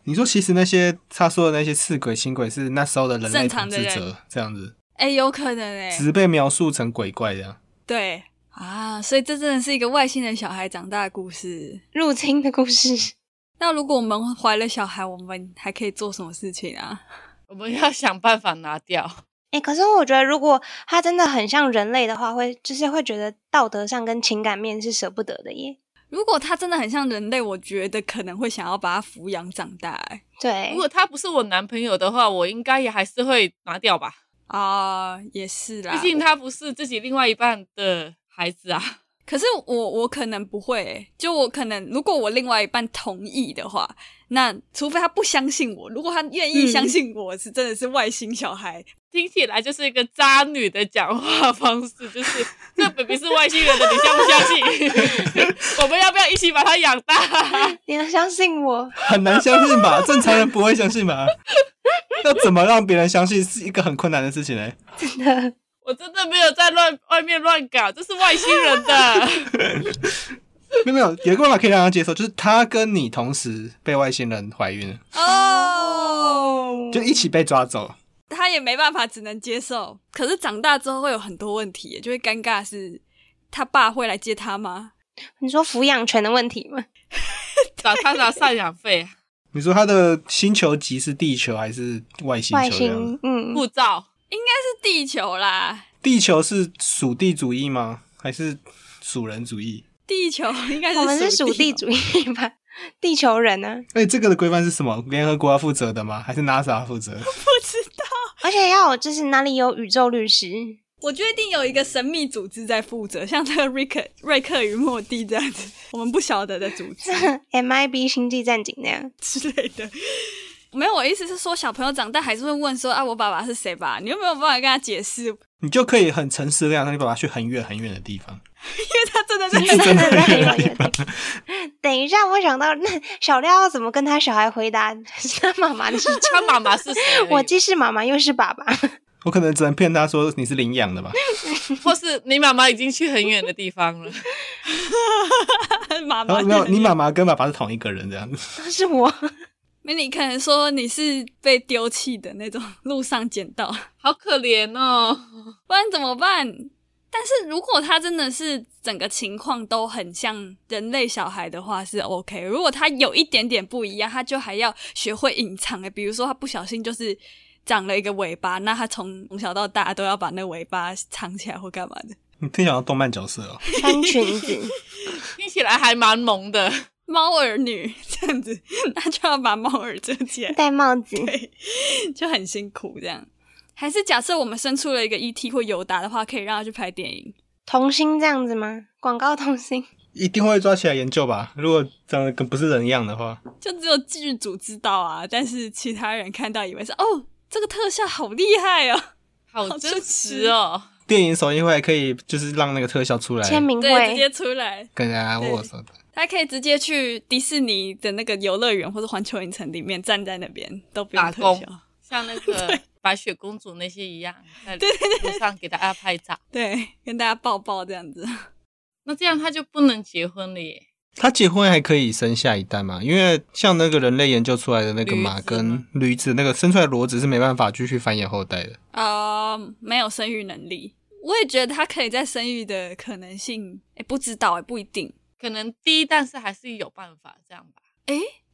[SPEAKER 4] 你说，其实那些他说的那些赤鬼、青鬼是那时候的人类
[SPEAKER 2] 正
[SPEAKER 4] 统
[SPEAKER 2] 常的
[SPEAKER 4] 治
[SPEAKER 2] 人
[SPEAKER 4] 者这样子，
[SPEAKER 2] 哎、有可能哎、
[SPEAKER 4] 只是被描述成鬼怪这样。
[SPEAKER 2] 对啊，所以这真的是一个外星人小孩长大的故事。
[SPEAKER 1] 入侵的故 事。
[SPEAKER 2] 那如果我们怀了小孩，我们还可以做什么事情啊？
[SPEAKER 3] 我们要想办法拿掉。
[SPEAKER 1] 哎、可是我觉得，如果他真的很像人类的话，会就是会觉得道德上跟情感面是舍不得的耶。
[SPEAKER 2] 如果它真的很像人类，我觉得可能会想要把它抚养长大、欸。
[SPEAKER 1] 对
[SPEAKER 3] 如，果他不是我男朋友的话，我应该也还是会拿掉吧，
[SPEAKER 2] 啊、也是啦。
[SPEAKER 3] 毕竟他不是自己另外一半的孩子啊。
[SPEAKER 2] 可是我我可能不会、欸，就我可能如果我另外一半同意的话，那除非他不相信我，如果他愿意
[SPEAKER 1] 嗯
[SPEAKER 2] 相信我是真的是外星小孩，
[SPEAKER 3] 听起来就是一个渣女的讲话方式，就是这 baby 是外星人的，你相不相信？ 我们要不要一起把它养大？
[SPEAKER 1] 你要相信我，
[SPEAKER 4] 很难相信 吧？正常人不会相信吧？ 要怎么让别人相信是一个很困难的事情嘞、
[SPEAKER 1] 真的
[SPEAKER 3] 我真的没有在乱外面乱搞，这是外星人的。
[SPEAKER 4] 没有没有，有一个办法可以让他接受，就是他跟你同时被外星人怀孕
[SPEAKER 2] 嗯
[SPEAKER 4] 了，
[SPEAKER 2] 哦，
[SPEAKER 4] 就一起被抓走。
[SPEAKER 2] 他也没办法，只能接受。可是长大之后会有很多问题欸，就会尴尬是他爸会来接他吗？
[SPEAKER 1] 你说抚养权的问题吗？
[SPEAKER 3] 找他拿赡养费、
[SPEAKER 4] 你说他的星球级是地球还是外星
[SPEAKER 1] 外
[SPEAKER 4] 球这样
[SPEAKER 1] 星
[SPEAKER 4] 子？，
[SPEAKER 1] 嗯，
[SPEAKER 3] 护照，
[SPEAKER 2] 是地球啦，
[SPEAKER 4] 地球是属地主义吗？还是属人主义？
[SPEAKER 2] 地球应该是
[SPEAKER 1] 我们是属
[SPEAKER 2] 属
[SPEAKER 1] 地
[SPEAKER 2] 哦
[SPEAKER 1] 主义吧？地球人啊呢、
[SPEAKER 4] 哎，这个的规范是什么？联合国要负责的吗？还是 NASA 负责？
[SPEAKER 1] 而且要有就是哪里有宇宙律师，
[SPEAKER 2] 我觉得一定有一个神秘组织在负责，像这个瑞克瑞克与莫蒂这样子，我们不晓得的组织
[SPEAKER 1] MIB 星际战警那样。
[SPEAKER 2] 之类的。没有，我意思是说，小朋友长大还是会问说啊，我爸爸是谁吧？你又没有办法跟他解 释，因为
[SPEAKER 4] 你就可以很诚实的让你爸爸去很远很远的地方，
[SPEAKER 2] 他真的是
[SPEAKER 4] 是真的很远的
[SPEAKER 1] 很
[SPEAKER 4] 地
[SPEAKER 1] 远
[SPEAKER 4] 方。
[SPEAKER 1] 等一下，我想到那小廖要怎么跟他小孩回答是他妈妈的 事情。
[SPEAKER 3] 他妈妈是谁 而已？
[SPEAKER 1] 我既是妈妈又是爸爸，
[SPEAKER 4] 我可能只能骗他说你是领养的吧。
[SPEAKER 3] 或是你妈妈已经去很远的地方了。
[SPEAKER 2] 妈
[SPEAKER 4] 然
[SPEAKER 2] 妈
[SPEAKER 4] 后哦没有，你妈妈跟爸爸是同一个人这样子。
[SPEAKER 1] 都是 我。
[SPEAKER 2] 那你可能说你是被丢弃的那种，路上捡到，
[SPEAKER 3] 好可怜哦！
[SPEAKER 2] 不然怎么办？但是如果他真的是整个情况都很像人类小孩的话是 OK，如果他有一点点不一样，他就还要学会隐藏诶，比如说他不小心就是长了一个尾巴，那他从从小到大都要把那尾巴藏起来或干嘛的。
[SPEAKER 4] 你听起来像动漫角色哦，
[SPEAKER 1] 穿裙子，
[SPEAKER 3] 听起来还蛮萌的。
[SPEAKER 2] 猫儿女 这样子，那就要把猫儿遮起来。
[SPEAKER 1] 戴帽子，
[SPEAKER 2] 就很辛苦这样。还是假设我们生出了一个 ET 或尤达的话，可以让他去拍电影。
[SPEAKER 1] 童星这样子吗？广告童星，
[SPEAKER 4] 一定会抓起来研究吧？如果长得跟不是人一样的话，
[SPEAKER 2] 就只有剧组知道啊，但是其他人看到以为是哦，这个特效好厉害哦，
[SPEAKER 3] 好真实哦！
[SPEAKER 4] 电影首映会可以就是让那个特效出来，
[SPEAKER 1] 签名
[SPEAKER 2] 对，直
[SPEAKER 1] 会，
[SPEAKER 2] 接出来，
[SPEAKER 4] 跟大家握手的。
[SPEAKER 2] 他可以直接去迪士尼的那个游乐园或者环球影城里面站在那边都不用
[SPEAKER 3] 打
[SPEAKER 2] 特
[SPEAKER 3] 工
[SPEAKER 2] 效，
[SPEAKER 3] 像那个白雪公主那些一 样，在路上给大家拍照。
[SPEAKER 2] 对，跟大家抱抱这样子。
[SPEAKER 3] 那这样他就不能结婚了耶？
[SPEAKER 4] 他结婚还可以生下一代嘛？因为像那个人类研究出来的那个马
[SPEAKER 3] 驴子
[SPEAKER 4] 跟
[SPEAKER 3] 吗
[SPEAKER 4] 驴子，那个生出来的骡子是没办法继续繁衍后代的。
[SPEAKER 2] 呃，没有生育能力，我也觉得他可以再生育的可能性，哎，不知道哎，不一定。
[SPEAKER 3] 可能低，但是还是有办法这样吧。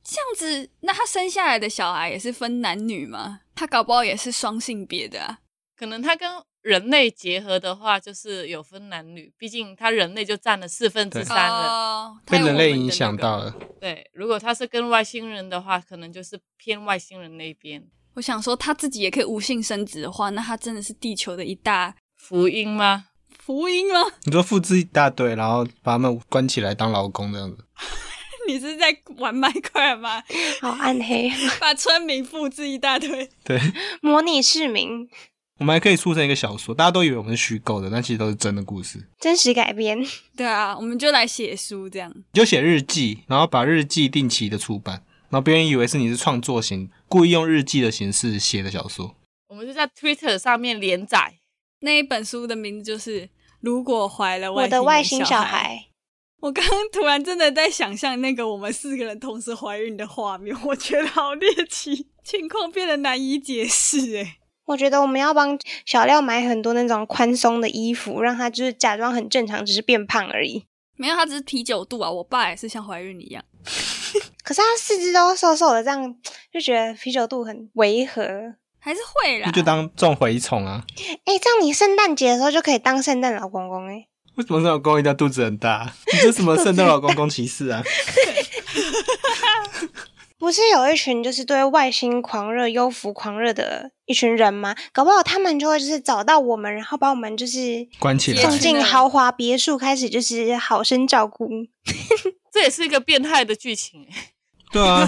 [SPEAKER 2] 这样子，那他生下来的小孩也是分男女吗？他搞不好也是双性别的啊。
[SPEAKER 3] 可能他跟人类结合的话，就是有分男女，毕竟他人类就占了四分之
[SPEAKER 4] 对
[SPEAKER 3] 三了。
[SPEAKER 2] 哦
[SPEAKER 4] 被人类影响。
[SPEAKER 2] 他有我们的那个
[SPEAKER 4] 到了，
[SPEAKER 3] 对，如果他是跟外星人的话，可能就是偏外星人那边。
[SPEAKER 2] 我想说，他自己也可以无性生殖的话，那他真的是地球的一大
[SPEAKER 3] 福音吗？
[SPEAKER 2] 福音吗？
[SPEAKER 4] 你说复制一大堆，然后把他们关起来当劳工这样子，
[SPEAKER 2] 你是在玩麦块尔吗？
[SPEAKER 1] 好暗黑，
[SPEAKER 2] 把村民复制一大堆。
[SPEAKER 4] 对。
[SPEAKER 1] 模拟市民，
[SPEAKER 4] 我们还可以促成一个小说，大家都以为我们是虚构的，但其实都是真的故事。
[SPEAKER 1] 真实改编，
[SPEAKER 2] 对啊，我们就来写书这样。
[SPEAKER 4] 你就写日记，然后把日记定期的出版，然后别人以为是你是创作型，故意用日记的形式写的小说。
[SPEAKER 3] 我们就在 Twitter 上面连载。
[SPEAKER 2] 那一本书的名字就是《如果怀了
[SPEAKER 1] 我的外星
[SPEAKER 2] 星
[SPEAKER 1] 小
[SPEAKER 2] 孩》。
[SPEAKER 1] 孩，
[SPEAKER 2] 我刚刚突然真的在想象那个我们四个人同时怀孕的画面， 我觉得好猎奇，情况变得难以解释哎。
[SPEAKER 1] 我觉得我们要帮小廖买很多那种宽松的衣服，让他就是假装很正常，只是变胖而已。
[SPEAKER 2] 没有，他只是啤酒肚啊，我爸也是像怀孕一样。
[SPEAKER 1] 可是他四肢都瘦瘦的，这样就觉得啤酒肚很违和。
[SPEAKER 2] 还是会啦
[SPEAKER 4] 那，就当众蛔虫啊！
[SPEAKER 1] 哎，这样你圣诞节的时候就可以当圣诞老公公哎、
[SPEAKER 4] 为什么圣诞老公一定要肚子很大？你这什么圣诞老公公歧视啊？
[SPEAKER 1] 不是有一群就是对外星狂热、优浮狂热的一群人吗？搞不好他们就会就是找到我们，然后把我们就是
[SPEAKER 4] 关起
[SPEAKER 1] 送
[SPEAKER 4] 来
[SPEAKER 3] 也，是
[SPEAKER 1] 进豪华别墅，开始就是好生照顾。
[SPEAKER 3] 这也是一个变态的剧情。欸
[SPEAKER 4] 对啊，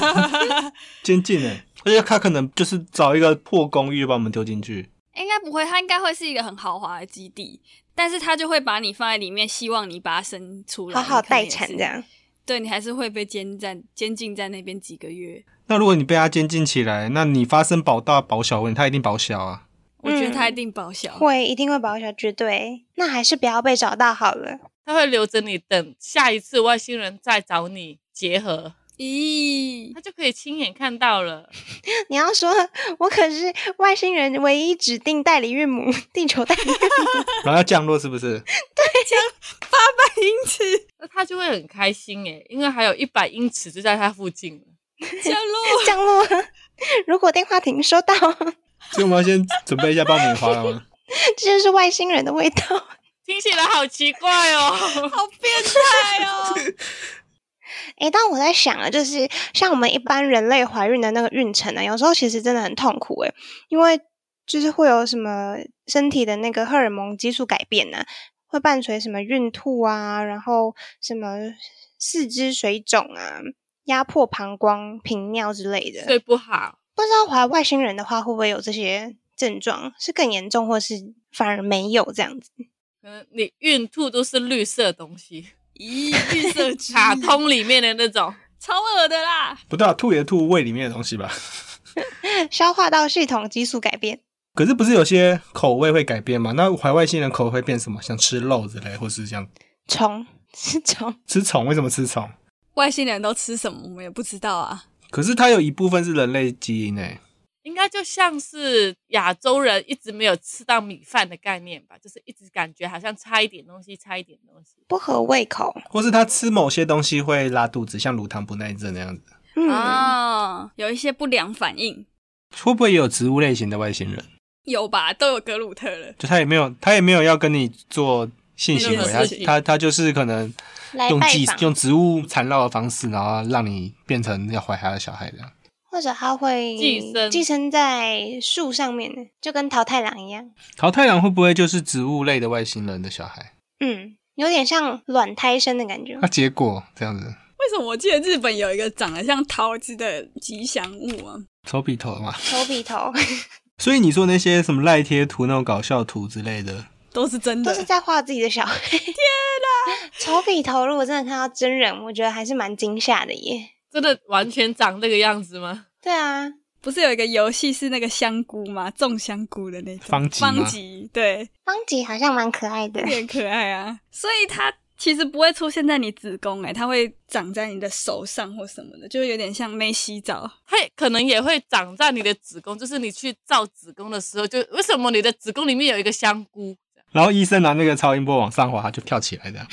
[SPEAKER 4] 监禁哎，而且他可能就是找一个破公寓把我们丢进去，
[SPEAKER 2] 应该不会，它应该会是一个很豪华的基地，但是它就会把你放在里面，希望你把它生出来，
[SPEAKER 1] 好好
[SPEAKER 2] 你可能
[SPEAKER 1] 待
[SPEAKER 2] 也是
[SPEAKER 1] 产这。样。
[SPEAKER 2] 对你还是会被监在监禁在那边几个月。
[SPEAKER 4] 那如果你被他监禁起来，那你发生保大保小问题，他一定保小啊。
[SPEAKER 2] 我觉得它一定报销。
[SPEAKER 1] 会一定会保小，绝对。那还是不要被找到好了。
[SPEAKER 3] 他会留着你，等下一次外星人再找你结合，
[SPEAKER 2] 咦
[SPEAKER 3] 他，就可以亲眼看到了。
[SPEAKER 1] 你要说，我可是外星人唯一指定代理孕母，地球代理孕母。
[SPEAKER 4] 然后要降落是不是？
[SPEAKER 2] 因此
[SPEAKER 3] 那他就会很开心诶，因为还有一百英尺就在他附近了。
[SPEAKER 2] 降 落
[SPEAKER 1] 降落，如果电话亭收到， 这
[SPEAKER 4] 所以我们要先准备一下爆米花了吗？
[SPEAKER 1] 就是外星人的味道。
[SPEAKER 3] 听起来好奇怪哦。
[SPEAKER 2] 好变态哦！
[SPEAKER 1] 诶，但我在想啊，就是像我们一般人类怀孕的那个孕程啊，有时候其实真的很痛苦诶、因为就是会有什么身体的那个荷尔蒙激素改变啊，会伴随什么孕吐啊，然后什么四肢水肿啊、压迫膀胱、频尿之类的。
[SPEAKER 3] 睡不好，
[SPEAKER 1] 不知道怀外星人的话，会不会有这些症状？是更严重，或是反而没有这样子？
[SPEAKER 3] 可能你孕吐都是绿色东西，
[SPEAKER 2] 咦， 绿色之
[SPEAKER 3] 卡通里面的那种。
[SPEAKER 2] 超恶的啦！
[SPEAKER 4] 不对、啊，吐也吐胃里面的东西吧。
[SPEAKER 1] 消化道系统激素改变，
[SPEAKER 4] 可是不是有些口味会改变吗？那怀外星人口味会变什么？像吃肉之类，或是像
[SPEAKER 1] 虫是虫，
[SPEAKER 4] 吃虫？为什么吃虫？
[SPEAKER 2] 外星人都吃什么，我们也不知道啊。
[SPEAKER 4] 可是它有一部分是人类基因欸诶，
[SPEAKER 3] 应该就像是亚洲人一直没有吃到米饭的概念吧，就是一直感觉好像差一点东西，差一点东西。
[SPEAKER 1] 不合胃口。
[SPEAKER 4] 或是它吃某些东西会拉肚子，像乳糖不耐症那样子。
[SPEAKER 1] 嗯，
[SPEAKER 2] 啊，有一些不良反应，
[SPEAKER 4] 会不会也有植物类型的外星人？
[SPEAKER 2] 有吧？都有格鲁特了。
[SPEAKER 4] 就他也没有，他也没有要跟你做性行为，
[SPEAKER 3] 没有
[SPEAKER 4] 他
[SPEAKER 3] 事情
[SPEAKER 4] 他他就是可能
[SPEAKER 1] 来
[SPEAKER 4] 用
[SPEAKER 1] 拜
[SPEAKER 4] 技
[SPEAKER 1] 访
[SPEAKER 4] 用植物缠绕的方式，然后让你变成要怀他的小孩这样。
[SPEAKER 1] 或者它会
[SPEAKER 3] 寄生
[SPEAKER 1] 寄生在树上面，就跟桃太郎一样。
[SPEAKER 4] 桃太郎会不会就是植物类的外星人的小孩？
[SPEAKER 1] 嗯，有点像卵胎生的 感觉
[SPEAKER 4] 那、。结果这样子，
[SPEAKER 2] 为什么我记得日本有一个长得像桃子的吉祥物啊？
[SPEAKER 4] 丑比头嘛。
[SPEAKER 1] 头皮头
[SPEAKER 4] 所以你说那些什么赖贴图、那种搞笑图之类的，
[SPEAKER 2] 都是真
[SPEAKER 1] 都
[SPEAKER 2] 的，
[SPEAKER 1] 是在画自己的小孩。 天哪！丑比头如果真的看到真人，我觉得还是蛮惊吓的耶。
[SPEAKER 3] 真的完全长那个样子吗？
[SPEAKER 1] 对啊，
[SPEAKER 2] 不是有一个游戏是那个香菇吗？种香菇的那种
[SPEAKER 4] 方吉吗
[SPEAKER 2] 方吉对，
[SPEAKER 1] 方吉好像蛮可爱的。
[SPEAKER 2] 也很可爱啊。所以它其实不会出现在你子宫，哎，它会长在你的手上或什么的，就有点像没洗澡。
[SPEAKER 3] 它可能也会长在你的子宫，就是你去照子宫的时候，就为什么你的子宫里面有一个香菇？
[SPEAKER 4] 然后医生拿那个超音波往上滑，他就跳起来 这样。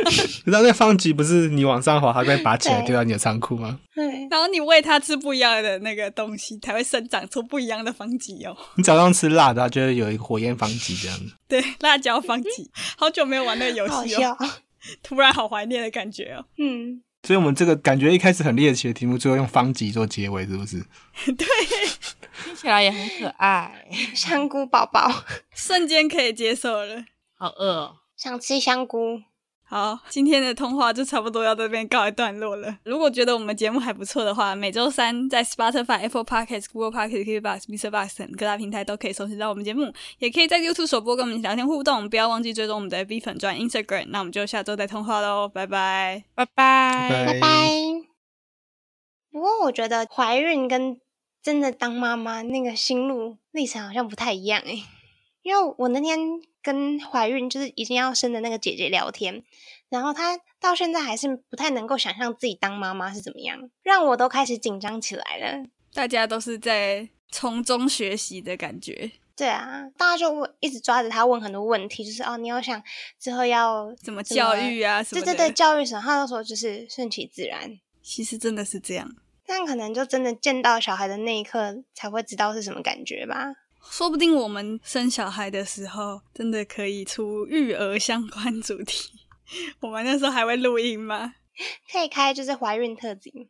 [SPEAKER 4] 你知道那方吉不是你往上滑，它会拔起来
[SPEAKER 1] 对
[SPEAKER 4] 丢到你的仓库吗？
[SPEAKER 1] 对，
[SPEAKER 2] 然后你喂它吃不一样的那个东西，它会生长出不一样的方吉哦。
[SPEAKER 4] 你早上吃辣的，啊它就会有一个火焰方吉这样子。
[SPEAKER 2] 对，辣椒方 吉， 好久没有玩那个游
[SPEAKER 1] 好
[SPEAKER 2] 戏
[SPEAKER 1] 笑
[SPEAKER 2] 哦，。突然好怀念的感觉哦。
[SPEAKER 1] 嗯，
[SPEAKER 4] 所以我们这个感觉一开始很猎奇的题目，最后用方吉做结尾，是不是？
[SPEAKER 2] 对，
[SPEAKER 3] 听起来也很可爱。
[SPEAKER 1] 香菇宝 宝
[SPEAKER 2] 瞬间可以接受了。
[SPEAKER 3] 好饿哦！
[SPEAKER 1] 想吃香菇，
[SPEAKER 2] 好，今天的通话就差不多要这边告一段落了。如果觉得我们节目还不错的话，每周三在 Spotify、Apple Podcasts、Google Podcasts、KBox、Mr. Box 等各大平台都可以收听到我们节目，也可以在 YouTube 首播跟我们聊天互动。不要忘记追踪我们的 B 粉专 Instagram。那我们就下周再通话喽，拜拜。
[SPEAKER 3] 拜拜。
[SPEAKER 4] 拜
[SPEAKER 1] 拜拜。不过我觉得怀孕跟真的当妈妈那个心路历程好像不太一样诶、因为我那天跟怀孕就是已经要生的那个姐姐聊天，然后她到现在还是不太能够想象自己当妈妈是怎么样，让我都开始紧张起来了。
[SPEAKER 2] 大家都是在从中学习的感觉，
[SPEAKER 1] 对啊，大家就问，一直抓着她问很多问题，就是哦，你有想之后要
[SPEAKER 2] 怎么教育啊什
[SPEAKER 1] 对
[SPEAKER 2] 么的。
[SPEAKER 1] 对对，，教育什么，他那时候就是顺其自然。
[SPEAKER 2] 其实真的是这样。
[SPEAKER 1] 但可能就真的见到小孩的那一刻才会知道是什么感觉吧。
[SPEAKER 2] 说不定我们生小孩的时候，真的可以出育儿相 关主题。我们那时候还会录音吗？
[SPEAKER 1] 可以开就是怀孕特辑，